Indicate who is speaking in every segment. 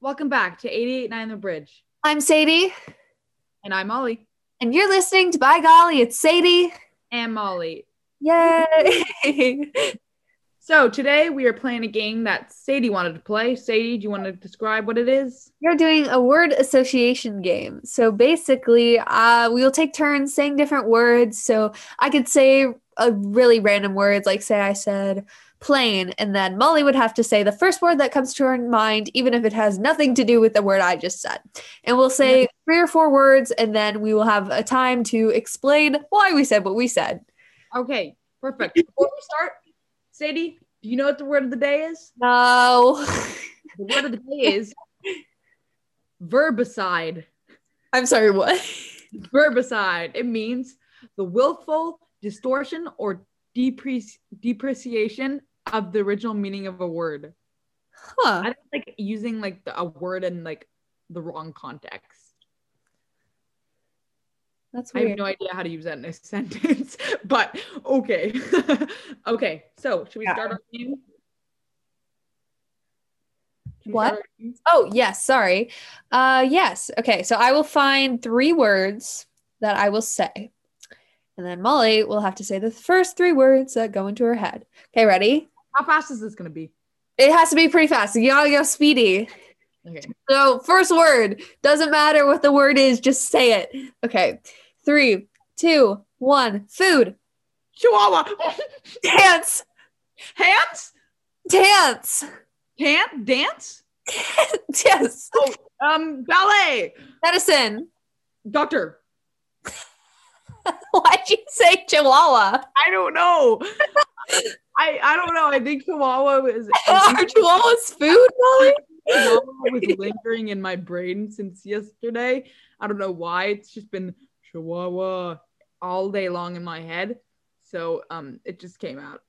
Speaker 1: Welcome back to 889 The Bridge.
Speaker 2: I'm Sadie,
Speaker 1: And I'm Molly.
Speaker 2: and you're listening to By Golly, it's Sadie.
Speaker 1: And Molly.
Speaker 2: Yay!
Speaker 1: So today we are playing a game that Sadie wanted to play. Sadie, do you want to describe what it is?
Speaker 2: You're doing a word association game. So basically, uh, we'll take turns saying different words. So I could say a really random words, like say I said plane, and then Molly would have to say the first word that comes to her mind, even if it has nothing to do with the word I just said. And we'll say three or four words, and then we will have a time to explain why we said what we said.
Speaker 1: Okay, perfect. Before we start, Sadie, do you know what the word of the day is?
Speaker 2: No,
Speaker 1: The word of the day is verbicide.
Speaker 2: I'm sorry. What?
Speaker 1: Verbicide. It means the willful distortion or depreci- depreciation of the original meaning of a word.
Speaker 2: Huh?
Speaker 1: I don't like using like the, a word in like the wrong context.
Speaker 2: That's
Speaker 1: I
Speaker 2: weird.
Speaker 1: have no idea how to use that in a sentence, but okay. okay, so should we
Speaker 2: Yeah.
Speaker 1: start our game? Should we
Speaker 2: What?
Speaker 1: start our game?
Speaker 2: Oh, yes, sorry. Uh yes. Okay, so I will find three words that I will say. And then Molly will have to say the first three words that go into her head. Okay, ready?
Speaker 1: How fast is this gonna be?
Speaker 2: It has to be pretty fast. You gotta go speedy.
Speaker 1: Okay.
Speaker 2: So first word. Doesn't matter what the word is, just say it. Okay. Three, two, one, food.
Speaker 1: Chihuahua.
Speaker 2: Dance.
Speaker 1: Hands?
Speaker 2: Dance.
Speaker 1: Can dance?
Speaker 2: Yes.
Speaker 1: Um ballet.
Speaker 2: Medicine.
Speaker 1: Doctor.
Speaker 2: Why'd you say chihuahua?
Speaker 1: I don't know. I, I don't know. I think Chihuahua is
Speaker 2: Are chihuahuas food, Molly?
Speaker 1: Chihuahua was lingering in my brain since yesterday. I don't know why. It's just been Chihuahua all day long in my head. So um, it just came out.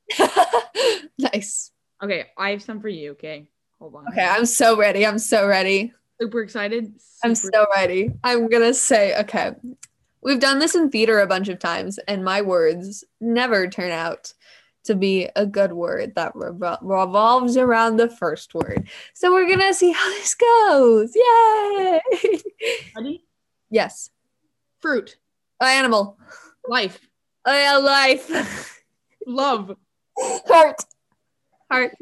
Speaker 2: nice.
Speaker 1: Okay, I have some for you. Okay, hold on.
Speaker 2: Okay, I'm so ready. I'm so ready.
Speaker 1: super excited.
Speaker 2: I'm
Speaker 1: super-
Speaker 2: so ready. I'm gonna say, okay, we've done this in theater a bunch of times, and my words never turn out to be a good word that revol- revolves around the first word. So we're gonna see how this goes. Yay!
Speaker 1: ready.
Speaker 2: yes,
Speaker 1: Fruit,
Speaker 2: animal,
Speaker 1: life,
Speaker 2: oh, yeah, life,
Speaker 1: love.
Speaker 2: heart, heart.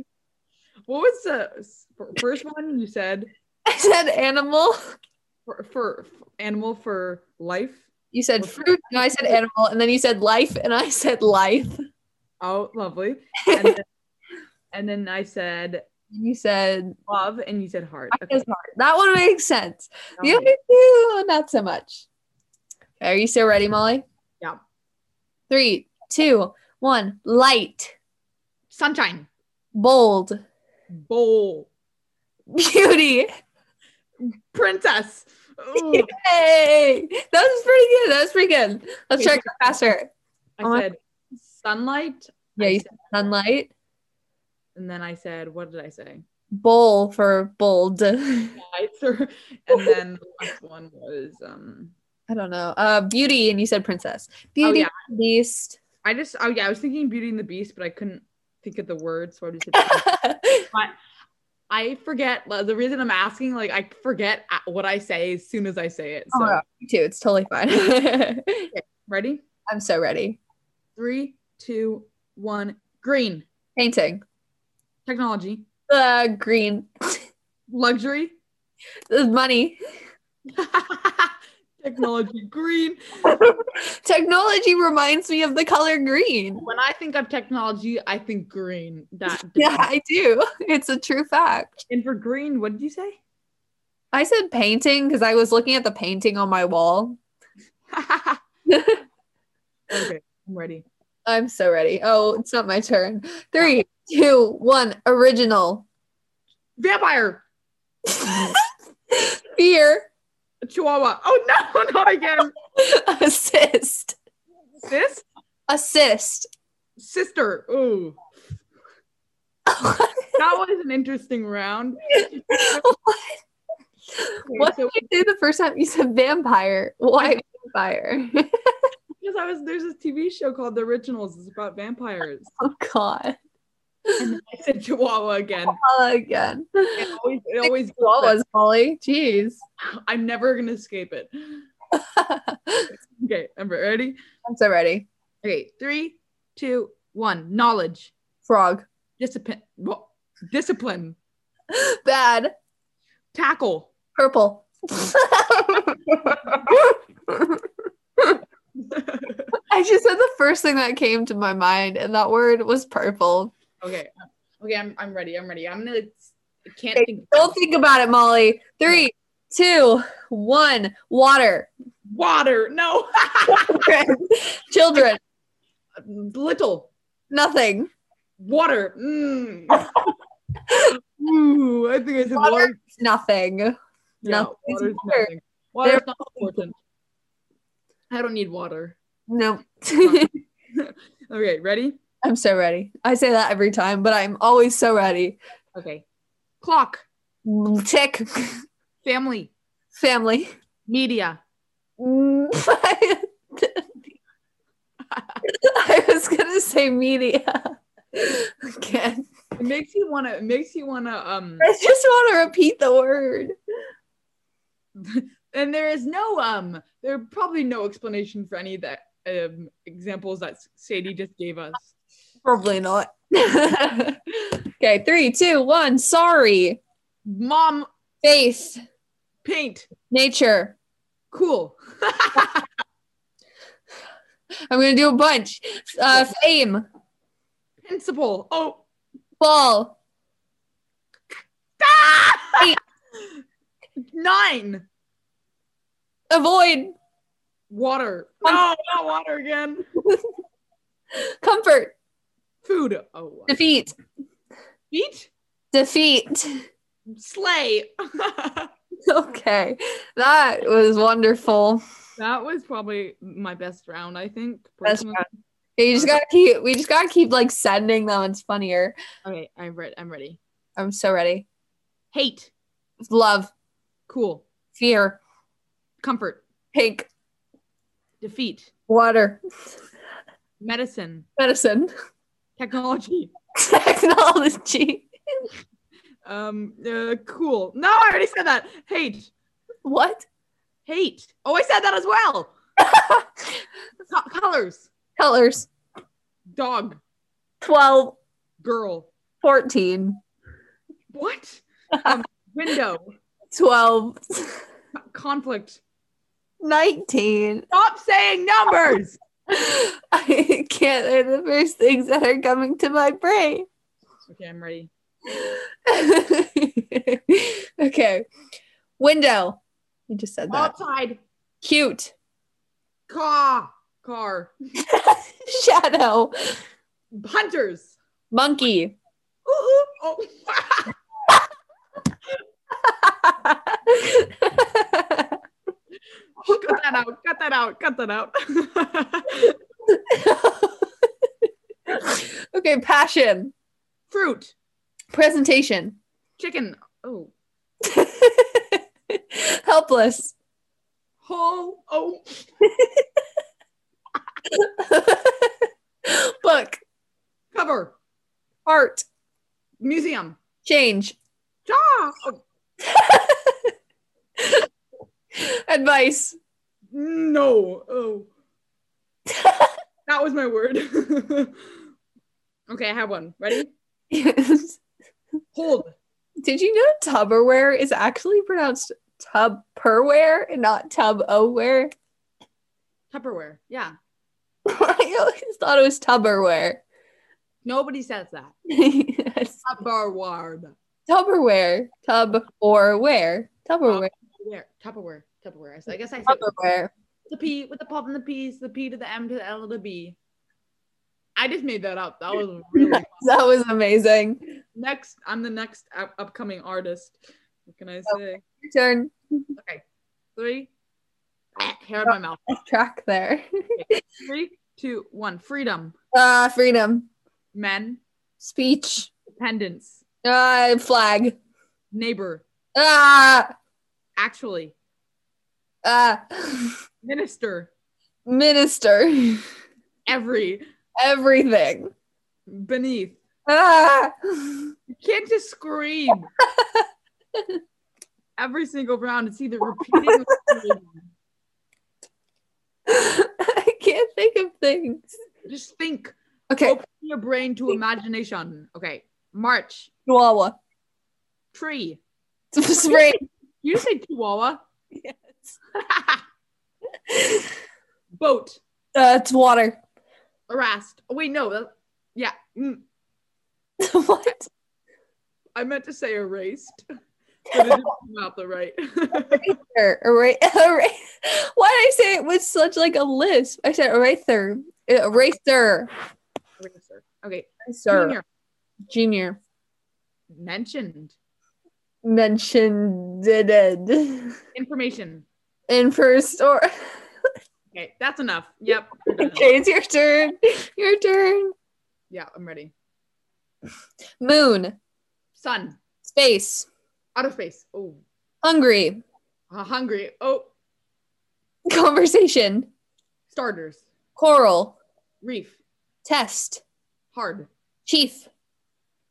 Speaker 1: What was the s- fir- first one you said?
Speaker 2: I said animal.
Speaker 1: For, for animal for life.
Speaker 2: You said
Speaker 1: What's
Speaker 2: fruit, and I said animal, and then you said life, and I said life.
Speaker 1: Oh, lovely. And then, and then I said
Speaker 2: And you said
Speaker 1: love, and you said heart.
Speaker 2: I
Speaker 1: Okay,
Speaker 2: guess not. that one makes sense. The
Speaker 1: okay.
Speaker 2: other two, not so much. Okay, are you still ready, Molly?
Speaker 1: Yeah.
Speaker 2: Three, two, one. Light,
Speaker 1: Sunshine,
Speaker 2: bold,
Speaker 1: bowl.
Speaker 2: beauty.
Speaker 1: princess. Ooh,
Speaker 2: Hey, that was pretty good. That was pretty good. Let's try to go faster. Oh
Speaker 1: I
Speaker 2: my-
Speaker 1: said sunlight.
Speaker 2: Yeah,
Speaker 1: I
Speaker 2: you
Speaker 1: said-
Speaker 2: said sunlight,
Speaker 1: and then I said, what did I say?
Speaker 2: bowl for bold. I
Speaker 1: Lights or- and then the last one was um
Speaker 2: don't know. Uh, beauty, and you said princess. Beauty,
Speaker 1: yeah.
Speaker 2: and the beast.
Speaker 1: I just oh yeah, I was thinking Beauty and the Beast, but I couldn't think of the word, so I just said I forget like, the reason I'm asking, like I forget a- what I say as soon as I say it.
Speaker 2: Oh
Speaker 1: So
Speaker 2: my God, me too. It's totally fine.
Speaker 1: ready?
Speaker 2: I'm so ready.
Speaker 1: Three, two, one, green,
Speaker 2: Painting.
Speaker 1: technology,
Speaker 2: Uh, green.
Speaker 1: luxury,
Speaker 2: Money.
Speaker 1: technology, green.
Speaker 2: Technology reminds me of the color green.
Speaker 1: When I think of technology, I think green. That
Speaker 2: Yeah, I do. It's a true fact.
Speaker 1: And for green, what did you say?
Speaker 2: I said painting because I was looking at the painting on my wall.
Speaker 1: okay, I'm ready.
Speaker 2: I'm so ready. Oh, it's not my turn. Three, two, one. Original.
Speaker 1: Vampire,
Speaker 2: Fear.
Speaker 1: Chihuahua. Oh no, not again.
Speaker 2: Assist.
Speaker 1: Sis,
Speaker 2: Assist.
Speaker 1: sister. Ooh, that was an interesting round.
Speaker 2: What
Speaker 1: So,
Speaker 2: did you say the first time you said vampire? Why vampire?
Speaker 1: because I was there's this TV show called The Originals. It's about vampires.
Speaker 2: oh God.
Speaker 1: And then I said Chihuahua again.
Speaker 2: Chihuahua again.
Speaker 1: It always, it always goes there.
Speaker 2: Chihuahuas, Polly. Jeez.
Speaker 1: I'm never gonna escape it.
Speaker 2: I'm
Speaker 1: Okay, Ember, ready?
Speaker 2: so ready.
Speaker 1: Okay, three, two, one. Knowledge,
Speaker 2: Frog.
Speaker 1: discipline, well, discipline,
Speaker 2: Bad.
Speaker 1: tackle,
Speaker 2: Purple. I just said the first thing that came to my mind, and that word was purple.
Speaker 1: Okay. uh, Okay, I'm, I'm ready. I'm ready. I'm gonna I can't
Speaker 2: Okay,
Speaker 1: think
Speaker 2: Don't think about it, Molly. Three, two, one. Water.
Speaker 1: water. No.
Speaker 2: Children.
Speaker 1: Little
Speaker 2: Nothing.
Speaker 1: water. Mm. Ooh, I think I said
Speaker 2: Water?
Speaker 1: water.
Speaker 2: Nothing.
Speaker 1: Yeah,
Speaker 2: No, it's
Speaker 1: water's
Speaker 2: water.
Speaker 1: nothing. Water's
Speaker 2: They're-
Speaker 1: not important. I don't need water.
Speaker 2: No.
Speaker 1: Okay, ready?
Speaker 2: I'm so ready. I say that every time, but I'm always so ready.
Speaker 1: Okay. Clock,
Speaker 2: Tick.
Speaker 1: family,
Speaker 2: Family.
Speaker 1: media.
Speaker 2: Mm. I was gonna say media. Again.
Speaker 1: It makes you wanna it makes you wanna um
Speaker 2: I just want to repeat the word.
Speaker 1: and there is no um there are probably no explanation for any of that um examples that Sadie just gave us.
Speaker 2: Probably not. okay, three, two, one. Sorry.
Speaker 1: Mom
Speaker 2: Faith.
Speaker 1: paint.
Speaker 2: Nature.
Speaker 1: Cool.
Speaker 2: I'm gonna do a bunch. Uh, fame.
Speaker 1: Principal. Oh.
Speaker 2: Ball.
Speaker 1: Ah!
Speaker 2: Eight.
Speaker 1: Nine.
Speaker 2: Avoid.
Speaker 1: Water. No, not water again.
Speaker 2: Comfort.
Speaker 1: Food. Oh.
Speaker 2: Defeat.
Speaker 1: Beach.
Speaker 2: Defeat.
Speaker 1: Slay.
Speaker 2: Okay, that was wonderful.
Speaker 1: that was probably my best round, I think.
Speaker 2: Best
Speaker 1: personally.
Speaker 2: round. You just gotta keep. We just gotta keep like sending them. It's funnier.
Speaker 1: Okay, I'm ready. I'm ready.
Speaker 2: I'm so ready.
Speaker 1: Hate.
Speaker 2: Love,
Speaker 1: Cool.
Speaker 2: fear,
Speaker 1: Comfort.
Speaker 2: pink,
Speaker 1: Defeat.
Speaker 2: water,
Speaker 1: Medicine.
Speaker 2: medicine,
Speaker 1: Technology.
Speaker 2: technology.
Speaker 1: Um. Uh, cool. No, I already said that. Hate.
Speaker 2: What?
Speaker 1: Hate. Oh, I said that as well. Co- colors.
Speaker 2: Colors.
Speaker 1: Dog.
Speaker 2: 12,
Speaker 1: Girl.
Speaker 2: 14,
Speaker 1: What? Um, window.
Speaker 2: 12,
Speaker 1: Conflict.
Speaker 2: 19.
Speaker 1: Stop saying numbers.
Speaker 2: I can't. They're the first things that are coming to my brain.
Speaker 1: Okay, I'm ready.
Speaker 2: okay. Window. You just said that.
Speaker 1: Outside.
Speaker 2: Cute.
Speaker 1: Car. Car.
Speaker 2: Shadow.
Speaker 1: Hunters.
Speaker 2: Monkey.
Speaker 1: Ooh, ooh. Oh. Oh, cut that out. Cut that out. Cut that out.
Speaker 2: okay, passion.
Speaker 1: Fruit.
Speaker 2: Presentation.
Speaker 1: Chicken. Oh.
Speaker 2: Helpless.
Speaker 1: Whole. Oh.
Speaker 2: Book.
Speaker 1: Cover.
Speaker 2: Art.
Speaker 1: Museum.
Speaker 2: Change.
Speaker 1: Jaw. Oh,
Speaker 2: Advice.
Speaker 1: no. Oh. that was my word. okay, I have one. Ready?
Speaker 2: Yes.
Speaker 1: Hold.
Speaker 2: Did you know Tupperware is actually pronounced Tupperware and not Tub-O-Ware?
Speaker 1: Tupperware. Yeah.
Speaker 2: I always thought it was Tupperware.
Speaker 1: Nobody says that.
Speaker 2: Yes.
Speaker 1: Tupperware.
Speaker 2: Tupperware. Tub or where? Tupperware.
Speaker 1: Where? Tupperware. Tupperware. So I guess I said
Speaker 2: Tupperware.
Speaker 1: the P with the pop and the P's, the P to the M to the L to the B. I just made that up. That was really fun.
Speaker 2: That was amazing.
Speaker 1: next. I'm the next up- upcoming artist. What can I say?
Speaker 2: Your turn.
Speaker 1: Three. Hair in my mouth.
Speaker 2: Off track there.
Speaker 1: Three, two, one. Freedom.
Speaker 2: Uh, freedom.
Speaker 1: Men.
Speaker 2: Speech.
Speaker 1: Dependence.
Speaker 2: Uh, flag.
Speaker 1: Neighbor.
Speaker 2: Ah,
Speaker 1: Actually.
Speaker 2: ah.
Speaker 1: Minister.
Speaker 2: Minister.
Speaker 1: Every.
Speaker 2: Everything.
Speaker 1: Beneath.
Speaker 2: Ah.
Speaker 1: You can't just scream every single round. It's either repeating or screaming.
Speaker 2: I can't think of things.
Speaker 1: Just think.
Speaker 2: Okay,
Speaker 1: Open your brain to imagination. Okay. March.
Speaker 2: Chihuahua.
Speaker 1: Tree.
Speaker 2: Spring.
Speaker 1: You say chihuahua.
Speaker 2: Yes.
Speaker 1: Boat.
Speaker 2: Uh, it's water.
Speaker 1: Arrest. Oh, wait, no. that- Yeah. Mm,
Speaker 2: what?
Speaker 1: I meant to say erased. But it didn't come out the right.
Speaker 2: Eraser. Erase. Why did I say it with such like a lisp? I said eraser. Eraser.
Speaker 1: Eraser. Okay.
Speaker 2: Eraser.
Speaker 1: Junior.
Speaker 2: Junior.
Speaker 1: Mentioned.
Speaker 2: Mentioned it.
Speaker 1: Information.
Speaker 2: In first or
Speaker 1: Okay. That's enough. Yep. we're done.
Speaker 2: okay, it's your turn. Your turn.
Speaker 1: Yeah, I'm ready.
Speaker 2: Moon.
Speaker 1: Sun.
Speaker 2: Space.
Speaker 1: Outer space. Oh.
Speaker 2: Hungry.
Speaker 1: uh, Hungry. Oh.
Speaker 2: Conversation.
Speaker 1: Starters.
Speaker 2: Coral.
Speaker 1: Reef.
Speaker 2: Test.
Speaker 1: Hard.
Speaker 2: Chief.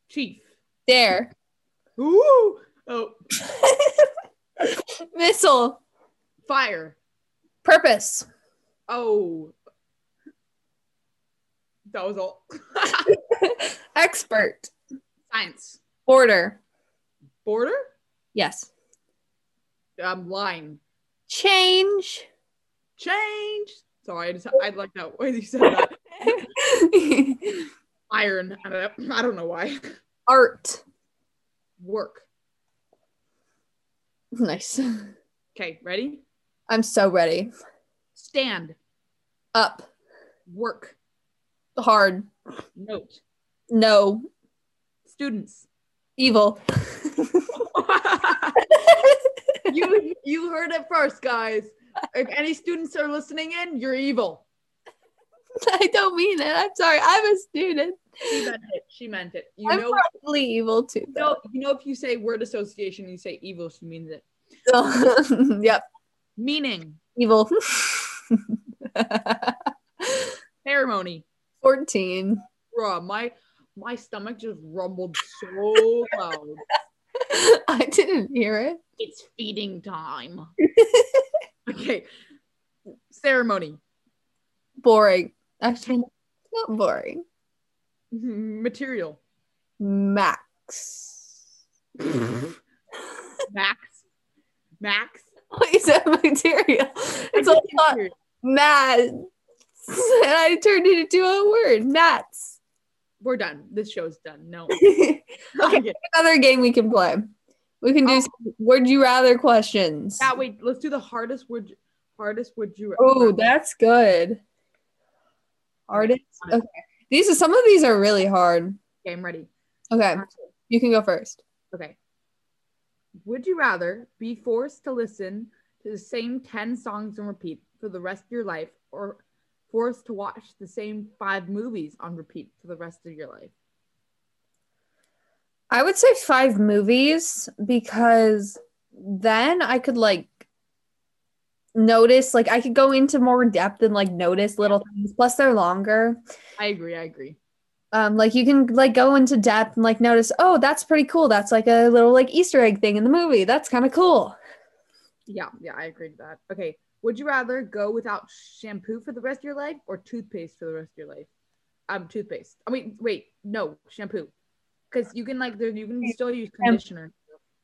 Speaker 1: Chief.
Speaker 2: Dare.
Speaker 1: Ooh. Oh.
Speaker 2: Missile.
Speaker 1: Fire.
Speaker 2: Purpose.
Speaker 1: Oh. That was all.
Speaker 2: Expert.
Speaker 1: Science.
Speaker 2: Border.
Speaker 1: Border?
Speaker 2: Yes.
Speaker 1: Um, line.
Speaker 2: Change.
Speaker 1: Change. Sorry, I just I like that way you said that. Iron. I don't, I don't know why.
Speaker 2: Art.
Speaker 1: Work.
Speaker 2: Nice.
Speaker 1: Okay, ready?
Speaker 2: I'm so ready.
Speaker 1: Stand.
Speaker 2: Up.
Speaker 1: Work.
Speaker 2: Hard.
Speaker 1: Note.
Speaker 2: No.
Speaker 1: Students.
Speaker 2: Evil.
Speaker 1: you you heard it first, guys. If any students are listening in, you're evil.
Speaker 2: I don't mean it. I'm sorry. I'm a student.
Speaker 1: She meant it. She meant it. You
Speaker 2: I'm
Speaker 1: know,
Speaker 2: probably evil too.
Speaker 1: you know, you know if you say word association, you say evil, she means it.
Speaker 2: though. yep.
Speaker 1: Meaning,
Speaker 2: Evil.
Speaker 1: ceremony.
Speaker 2: 14.
Speaker 1: Bruh, my my stomach just rumbled so loud.
Speaker 2: I didn't hear it.
Speaker 1: It's feeding time. okay. Ceremony.
Speaker 2: Boring. Actually, not boring.
Speaker 1: Material.
Speaker 2: Max.
Speaker 1: Max. Max.
Speaker 2: What is that material? It's all thought
Speaker 1: Material.
Speaker 2: mats. And I turned it into a word. Mats.
Speaker 1: We're done. This show's done. No.
Speaker 2: Okay. Another game we can play. We can do
Speaker 1: Oh.
Speaker 2: some would you rather questions.
Speaker 1: Yeah, wait. Let's do the hardest would you, hardest would you
Speaker 2: Oh, that's good. Artist. Okay. These are some of these are really hard.
Speaker 1: Okay, I'm ready.
Speaker 2: Okay. You can go first.
Speaker 1: Okay. Would you rather be forced to listen to the same 10 songs on repeat for the rest of your life or forced to watch the same five movies on repeat for the rest of your life?
Speaker 2: I would say five movies because then I could like notice, like I could go into more depth and like notice little things. Plus, they're longer.
Speaker 1: I agree. I agree.
Speaker 2: Um, like you can like go into depth and like notice, oh, that's pretty cool. That's like a little like Easter egg thing in the movie. That's kind of cool.
Speaker 1: Yeah, yeah, I agree with that. Okay. Would you rather go without shampoo for the rest of your life or toothpaste for the rest of your life? Um, toothpaste. I mean, wait, no, shampoo. Because you can like, there, you can still use conditioner.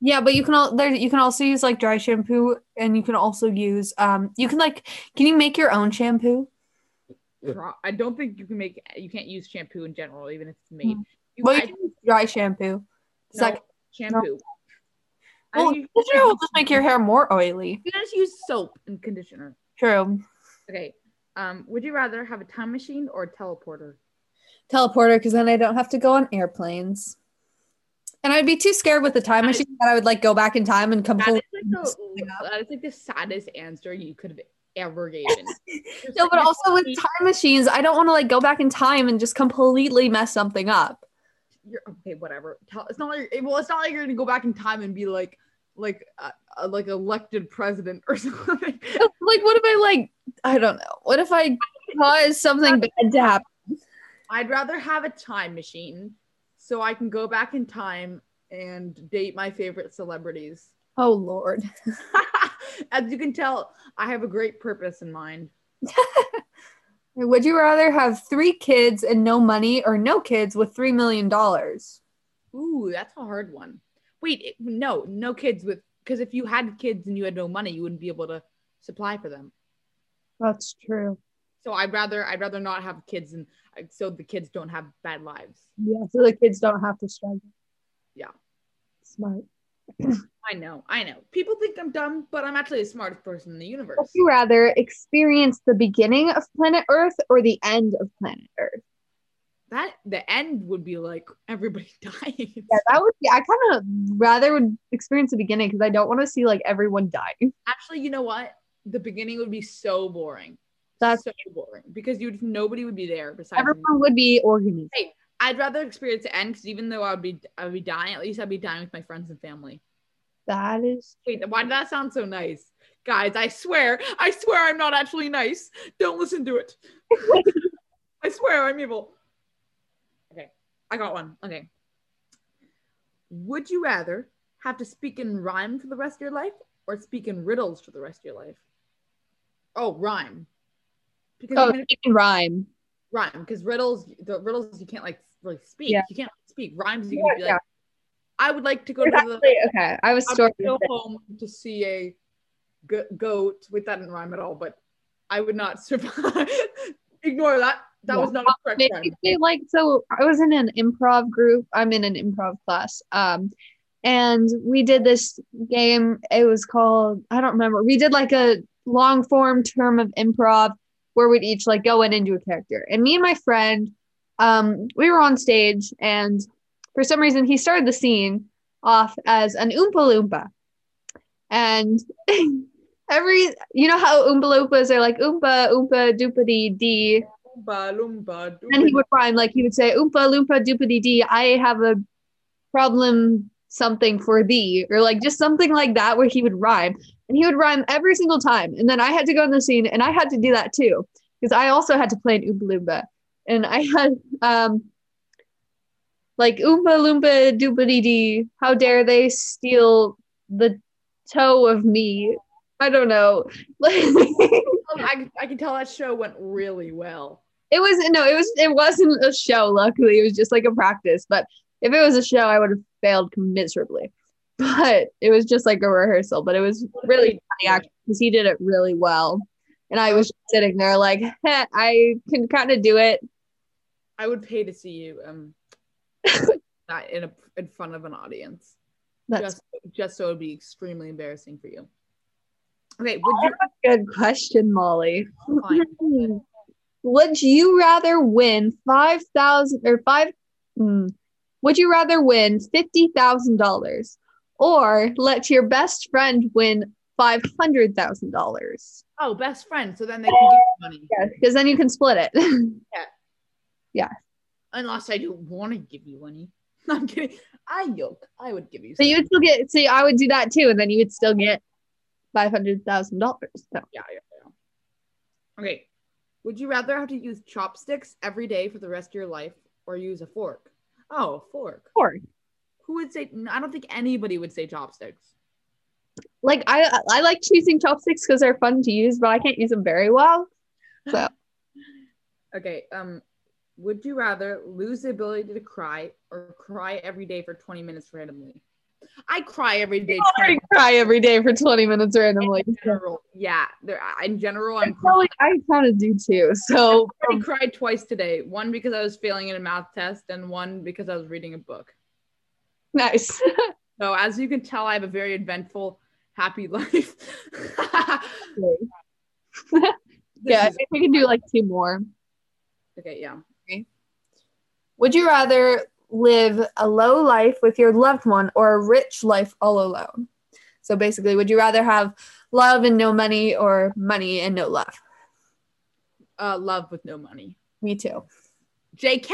Speaker 2: Yeah, but you can all there you can also use like dry shampoo and you can also use um you can like can you make your own shampoo?
Speaker 1: Pro- I don't think you can make, you can't use shampoo in general, even if it's made. You,
Speaker 2: Mm. Well, you
Speaker 1: I-
Speaker 2: can use dry shampoo. It's
Speaker 1: No,
Speaker 2: like
Speaker 1: shampoo. I
Speaker 2: well,
Speaker 1: think
Speaker 2: conditioner will just make your hair more oily.
Speaker 1: you can just use soap and conditioner.
Speaker 2: True.
Speaker 1: Okay. Um, would you rather have a time machine or a teleporter?
Speaker 2: Teleporter because then I don't have to go on airplanes. And I'd be too scared with the time
Speaker 1: That is-
Speaker 2: machine that I would like go back in time and come
Speaker 1: That is
Speaker 2: full.
Speaker 1: like the, that is like the saddest answer you could have ever given.
Speaker 2: No, but also with time machines, I don't want to like go back in time and just completely mess something up.
Speaker 1: you're okay, whatever. Tell, it's not like well, it's not like you're gonna go back in time and be like like uh, uh, like elected president or something.
Speaker 2: Like, what if I like I don't know. What if I cause something bad to happen?
Speaker 1: I'd rather have a time machine so I can go back in time and date my favorite celebrities.
Speaker 2: Oh Lord.
Speaker 1: As you can tell, I have a great purpose in mind.
Speaker 2: Would you rather have three kids and no money or no kids with three million dollars?
Speaker 1: Ooh, that's a hard one. Wait, it- no, no kids with because if you had kids and you had no money, you wouldn't be able to supply for them.
Speaker 2: That's true.
Speaker 1: So I'd rather I'd rather not have kids and uh, so the kids don't have bad lives.
Speaker 2: Yeah, so the kids don't have to struggle.
Speaker 1: Yeah.
Speaker 2: Smart.
Speaker 1: I know, I know. People think I'm dumb, but I'm actually the smartest person in the universe.
Speaker 2: Would you rather experience the beginning of planet Earth or the end of planet Earth?
Speaker 1: That the end would be like everybody dying.
Speaker 2: Yeah, that would be. I kind of rather would experience the beginning because I don't want to see like everyone dying.
Speaker 1: actually, you know what? The beginning would be so boring.
Speaker 2: That's
Speaker 1: so boring because you would nobody would be there besides. me.
Speaker 2: everyone would be organised.
Speaker 1: I'd rather experience the end because even though I would be I would be dying, at least I'd be dying with my friends and family.
Speaker 2: That is
Speaker 1: Wait, why did that sound so nice? Guys, I swear, I swear I'm not actually nice. Don't listen to it. I swear I'm evil. Okay, I got one. Okay. Would you rather have to speak in rhyme for the rest of your life or speak in riddles for the rest of your life? Oh, rhyme. Because
Speaker 2: oh,
Speaker 1: even if-
Speaker 2: it can rhyme.
Speaker 1: rhyme, because riddles, the riddles you can't like really speak.
Speaker 2: Yeah.
Speaker 1: You can't speak rhymes. You
Speaker 2: Yeah,
Speaker 1: can be like,
Speaker 2: yeah.
Speaker 1: I would like to go
Speaker 2: There's
Speaker 1: to the
Speaker 2: actually- okay, I was
Speaker 1: I would
Speaker 2: story.
Speaker 1: go home to see a go- goat. Wait, that didn't rhyme at all, but I would not survive. Ignore that. That was not a correct rhyme.
Speaker 2: basically like so i was in an improv group i'm in an improv class um and we did this game it was called i don't remember we did like a long form term of improv where we'd each like go in and do a character and me and my friend um we were on stage and for some reason he started the scene off as an oompa loompa and every you know how oompa loompas are like oompa oompa doopity dee
Speaker 1: Oompa loompa
Speaker 2: and he
Speaker 1: doompa.
Speaker 2: would rhyme like he would say oompa loompa doopity dee i have a problem something for thee or like just something like that where he would rhyme and he would rhyme every single time and then i had to go in the scene and i had to do that too because i also had to play an oompa loompa and i had um like oompa loompa doopity dee how dare they steal the toe of me i don't know
Speaker 1: Oh, I, I can tell that show went really well.
Speaker 2: It was no, it was it wasn't a show. Luckily, it was just like a practice. But if it was a show, I would have failed miserably. But it was just like a rehearsal. But it was really funny actually because he did it really well, and I was just sitting there like, "Heh, I can kind of do it.
Speaker 1: I would pay to see you um that in a, in front of an audience.
Speaker 2: That's
Speaker 1: Just just so it would be extremely embarrassing for you. Okay, would you
Speaker 2: a good question, Molly.
Speaker 1: fine.
Speaker 2: Hmm. Would you rather win five thousand or five? hmm. would you rather win fifty thousand dollars or let your best friend win five hundred thousand dollars?
Speaker 1: Oh, best friend. So then they can get money.
Speaker 2: Yeah, because then you can split it.
Speaker 1: Unless I don't want to give you money. I'm kidding. I yoke. I would give you.
Speaker 2: so
Speaker 1: some.
Speaker 2: you would still get. See, I would do that too, and then you would still get five hundred thousand dollars. So
Speaker 1: yeah, yeah, yeah. Okay. Would you rather have to use chopsticks every day for the rest of your life or use a fork? Oh, a fork.
Speaker 2: Sure.
Speaker 1: Who would say? I don't think anybody would say chopsticks.
Speaker 2: Like I, I like choosing chopsticks because they're fun to use, but I can't use them very well.
Speaker 1: Okay. Um, would you rather lose the ability to cry or cry every day for 20 minutes randomly? I cry every day.
Speaker 2: I
Speaker 1: 20
Speaker 2: already cry every day for twenty minutes randomly.
Speaker 1: in general. Yeah. There, in general, I'm
Speaker 2: Probably, I kind of do too. So
Speaker 1: already cried twice today. One because I was failing in a math test, and one because I was reading a book.
Speaker 2: nice.
Speaker 1: So as you can tell, I have a very eventful, happy life. This
Speaker 2: yeah, I
Speaker 1: is-
Speaker 2: think we can do like two more.
Speaker 1: okay. Yeah.
Speaker 2: Would you rather live a low life with your loved one or a rich life all alone? So basically, would you rather have love and no money or money and no love?
Speaker 1: Uh, love with no money.
Speaker 2: Me too.
Speaker 1: Jk.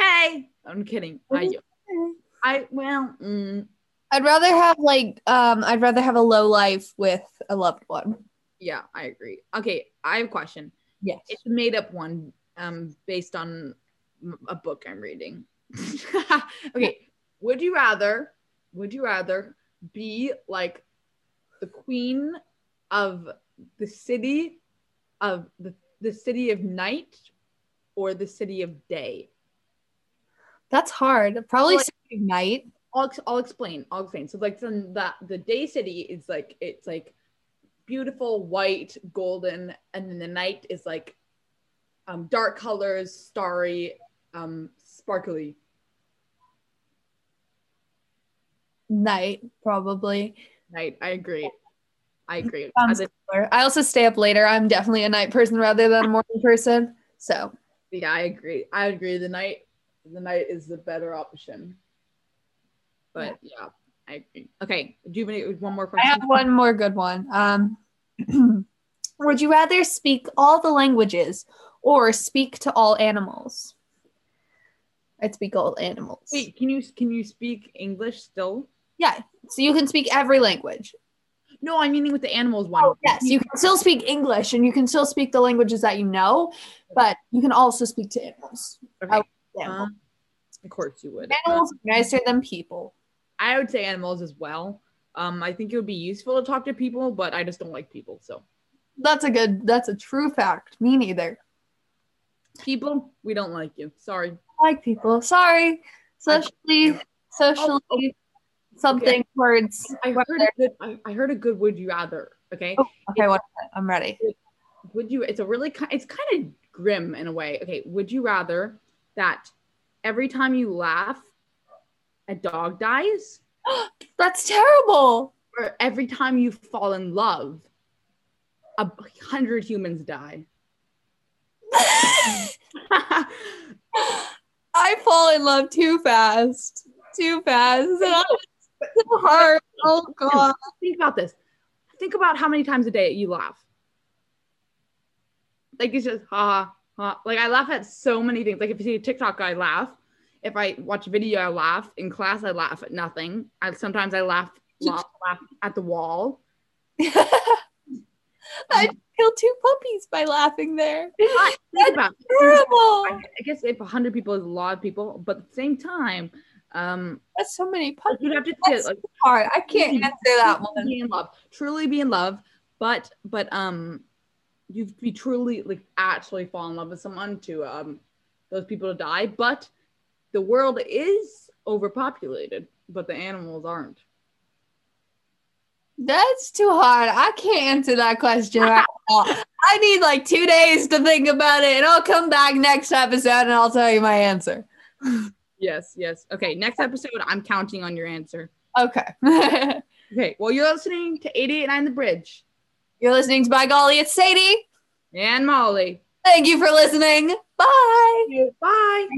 Speaker 1: I'm kidding. I,
Speaker 2: Mm-hmm.
Speaker 1: I well. Mm,
Speaker 2: I'd rather have like um I'd rather have a low life with a loved one.
Speaker 1: yeah, I agree. Okay, I have a question.
Speaker 2: Yes.
Speaker 1: It's a made up one, um, based on m- a book I'm reading. okay, Would you rather? Would you rather be like the queen of the city of the, the city of night or the city of day?
Speaker 2: That's hard. Probably
Speaker 1: Like-
Speaker 2: Saturday night.
Speaker 1: I'll, ex- I'll explain. I'll explain. So like then the the day city is like it's like beautiful white, golden, and then the night is like um, dark colors, starry, um, sparkly.
Speaker 2: Night, probably.
Speaker 1: Night. I agree. I agree.
Speaker 2: Sounds
Speaker 1: As a-
Speaker 2: Or- I also stay up later. I'm definitely a night person rather than a morning person. So
Speaker 1: yeah, I agree. I agree. The night the night is the better option. But yeah, I agree. Okay. Do you have any, one more
Speaker 2: I
Speaker 1: question?
Speaker 2: have one more good one. Um, would you rather speak all the languages or speak to all animals? I'd speak all animals.
Speaker 1: Wait, can you can you speak English still?
Speaker 2: Yeah. So you can speak every language.
Speaker 1: No, I'm meaning with the animals one.
Speaker 2: Oh, yes. You can still speak English and you can still speak the languages that you know, but you can also speak to animals.
Speaker 1: Okay.
Speaker 2: Animals,
Speaker 1: Um, of course you would.
Speaker 2: animals are nicer than people.
Speaker 1: I would say animals as well. Um, I think it would be useful to talk to people, but I just don't like people. So
Speaker 2: That's a good, that's a true fact. Me neither.
Speaker 1: people, we don't like you. Sorry.
Speaker 2: like people. Sorry. Socially, socially,
Speaker 1: Oh,
Speaker 2: something words.
Speaker 1: I heard a good. I, I heard a good. Would you rather? Okay.
Speaker 2: Oh, okay, what is it? I'm ready.
Speaker 1: Would you? It's a really. ki- It's kind of grim in a way. Okay. Would you rather that every time you laugh, a dog dies,
Speaker 2: That's terrible.
Speaker 1: or every time you fall in love, a hundred humans die?
Speaker 2: I fall in love too fast. Too fast. And I'm so hard. Oh god.
Speaker 1: think about this. Think about how many times a day you laugh. Like it's just ha ha. ha. Like I laugh at so many things. Like if you see a TikTok, I laugh. If I watch a video, I laugh. In class, I laugh at nothing. I sometimes I laugh, laugh, laugh at the wall.
Speaker 2: I killed two puppies by laughing there.
Speaker 1: But think about it.
Speaker 2: Terrible.
Speaker 1: I guess if 100 people is a lot of people, but at the same time, um,
Speaker 2: That's so many
Speaker 1: like,
Speaker 2: puppies.
Speaker 1: you'd have to
Speaker 2: That's
Speaker 1: like,
Speaker 2: hard. I can't answer that
Speaker 1: truly
Speaker 2: one.
Speaker 1: Be in love, truly be in love, but but um, you be truly like actually fall in love with someone to um, those people to die. But the world is overpopulated, but the animals aren't.
Speaker 2: That's too hard. I can't answer that question right now. I need like two days to think about it, and I'll come back next episode and I'll tell you my answer.
Speaker 1: Yes, yes. Okay, next episode, I'm counting on your answer.
Speaker 2: Okay.
Speaker 1: Okay, well, you're listening to 889 The Bridge
Speaker 2: You're listening to By Golly, it's Sadie.
Speaker 1: and Molly.
Speaker 2: Thank you for listening. Bye.
Speaker 1: Bye.